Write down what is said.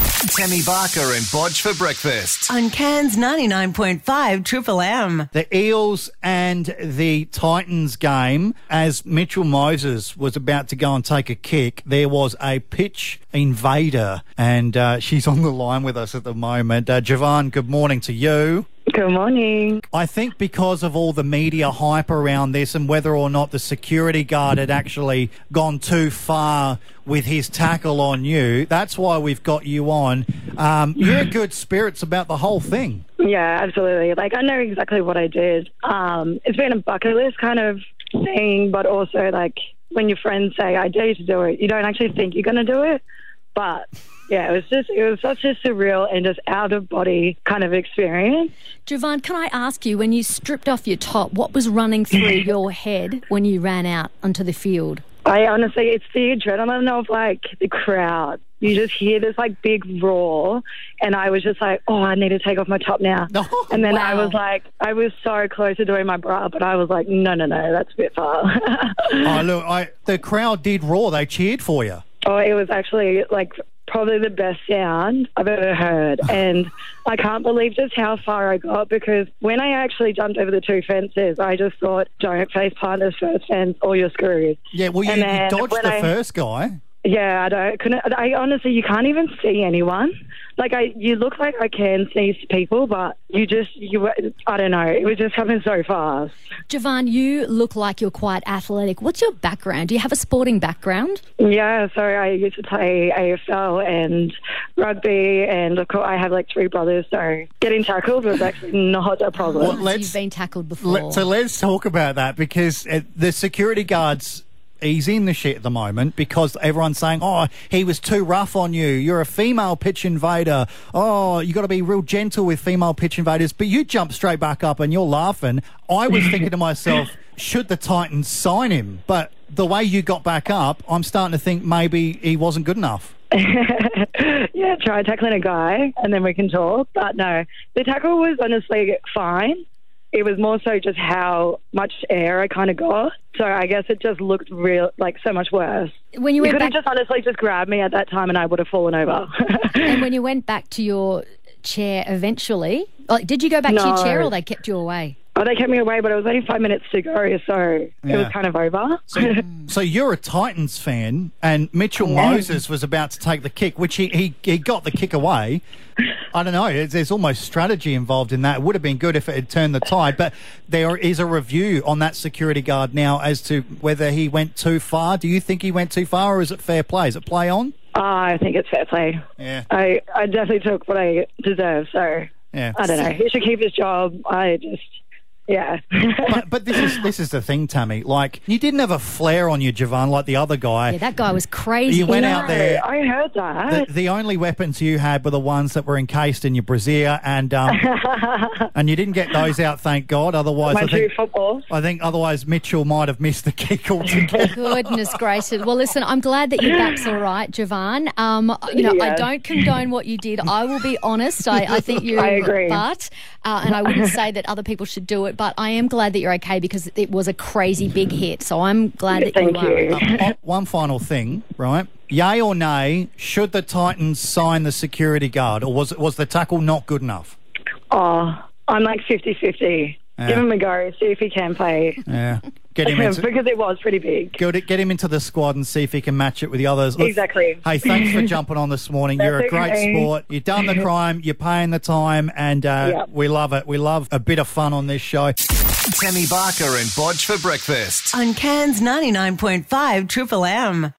Tammy Barker and Bodge for breakfast. On Cairns 99.5 Triple M. the Eels and the Titans game, as Mitchell Moses was about to go and take a kick, there was a pitch invader, and uh, she's on the line with us at the moment. Uh, Javon, good morning to you. Good morning. I think because of all the media hype around this and whether or not the security guard had actually gone too far with his tackle on you, that's why we've got you on. Um, you're in good spirits about the whole thing. Yeah, absolutely. Like I know exactly what I did. Um, it's been a bucket list kind of thing, but also like when your friends say, "I dare you to do it," you don't actually think you're gonna do it. But yeah, it was just it was such a surreal and just out of body kind of experience. Javon, can I ask you, when you stripped off your top, what was running through your head when you ran out onto the field? I honestly, it's the adrenaline of like the crowd. You just hear this like big roar, and I was just like, "Oh, I need to take off my top now." and then I wow. was like, I was so close to doing my bra, but I was like, "No, no, no, that's a bit far." Oh, look, I, the crowd did roar. They cheered for you. Oh, it was actually like probably the best sound I've ever heard. And I can't believe just how far I got because when I actually jumped over the two fences, I just thought, don't face plant this first fence or you're screwed. Yeah, well, you, And you then dodged when the I- first guy. Yeah, I don't, couldn't, I honestly, you can't even see anyone. Like I, you look like I can see people, but you just, you, were- I don't know. It was just coming so fast. Javon, you look like you're quite athletic. What's your background? Do you have a sporting background? Yeah, so I used to play AFL and rugby, and of course I have like three brothers, so getting tackled was actually not a problem. Well, So let's- You've been tackled before. Oh. Let, so let's talk about that because uh, the security guards he's in the shit at the moment because everyone's saying, "Oh, he was too rough on you. You're a female pitch invader. Oh, you got to be real gentle with female pitch invaders." But you jump straight back up and you're laughing. I was thinking to myself, "Should the Titans sign him?" But the way you got back up, I'm starting to think maybe he wasn't good enough. yeah, try tackling a guy and then we can talk. But no, the tackle was honestly fine. It was more so just how much air I kind of got. So I guess it just looked real, like so much worse. when you You went could have back, just honestly just grabbed me at that time and I would have fallen over. and when you went back to your chair eventually, like, did you go back to your No. chair or they kept you away? oh, they kept me away, but it was only five minutes to go, so it Yeah. was kind of over. So you're a Titans fan, and Mitchell Moses was about to take the kick, which he, he, he got the kick away. I don't know. There's, there's almost strategy involved in that. It would have been good if it had turned the tide, but there is a review on that security guard now as to whether he went too far. Do you think he went too far, or is it fair play? Is it play on? Ah, I think it's fair play. Yeah. I, I definitely took what I deserve, so Yeah. I don't know. He should keep his job. I just, yeah. But, but this is this is the thing, Tammy. Like you didn't have a flare on you, Javon, like the other guy. Yeah, that guy was crazy. You went out there. I heard that. The, the only weapons you had were the ones that were encased in your brassiere, and um, and you didn't get those out, thank God. Otherwise, My I two think, footballs. I think otherwise Mitchell might have missed the kick altogether. Goodness gracious. Well, listen, I'm glad that your back's all right, Javon. Um, you know, I Yes. don't condone what you did. I will be honest. I, I think you, I agree. but, uh, and I wouldn't say that other people should do it, but I am glad that you're okay because it was a crazy big hit. So I'm glad that Thank you are. you. Oh, One final thing, right? Yay or nay? Should the Titans sign the security guard, or was was the tackle not good enough? Oh, I'm like 50 50. Give him a go, see if he can play. Yeah, get him into. because it was pretty big. Get get him into the squad and see if he can match it with the others. Look, Exactly. Hey, thanks for jumping on this morning. You're a That's great okay. sport. You've done the crime. You're paying the time, and uh, Yep. we love it. We love a bit of fun on this show. Tammy Barker and Bodge for breakfast. On Cairns 99.5 Triple M.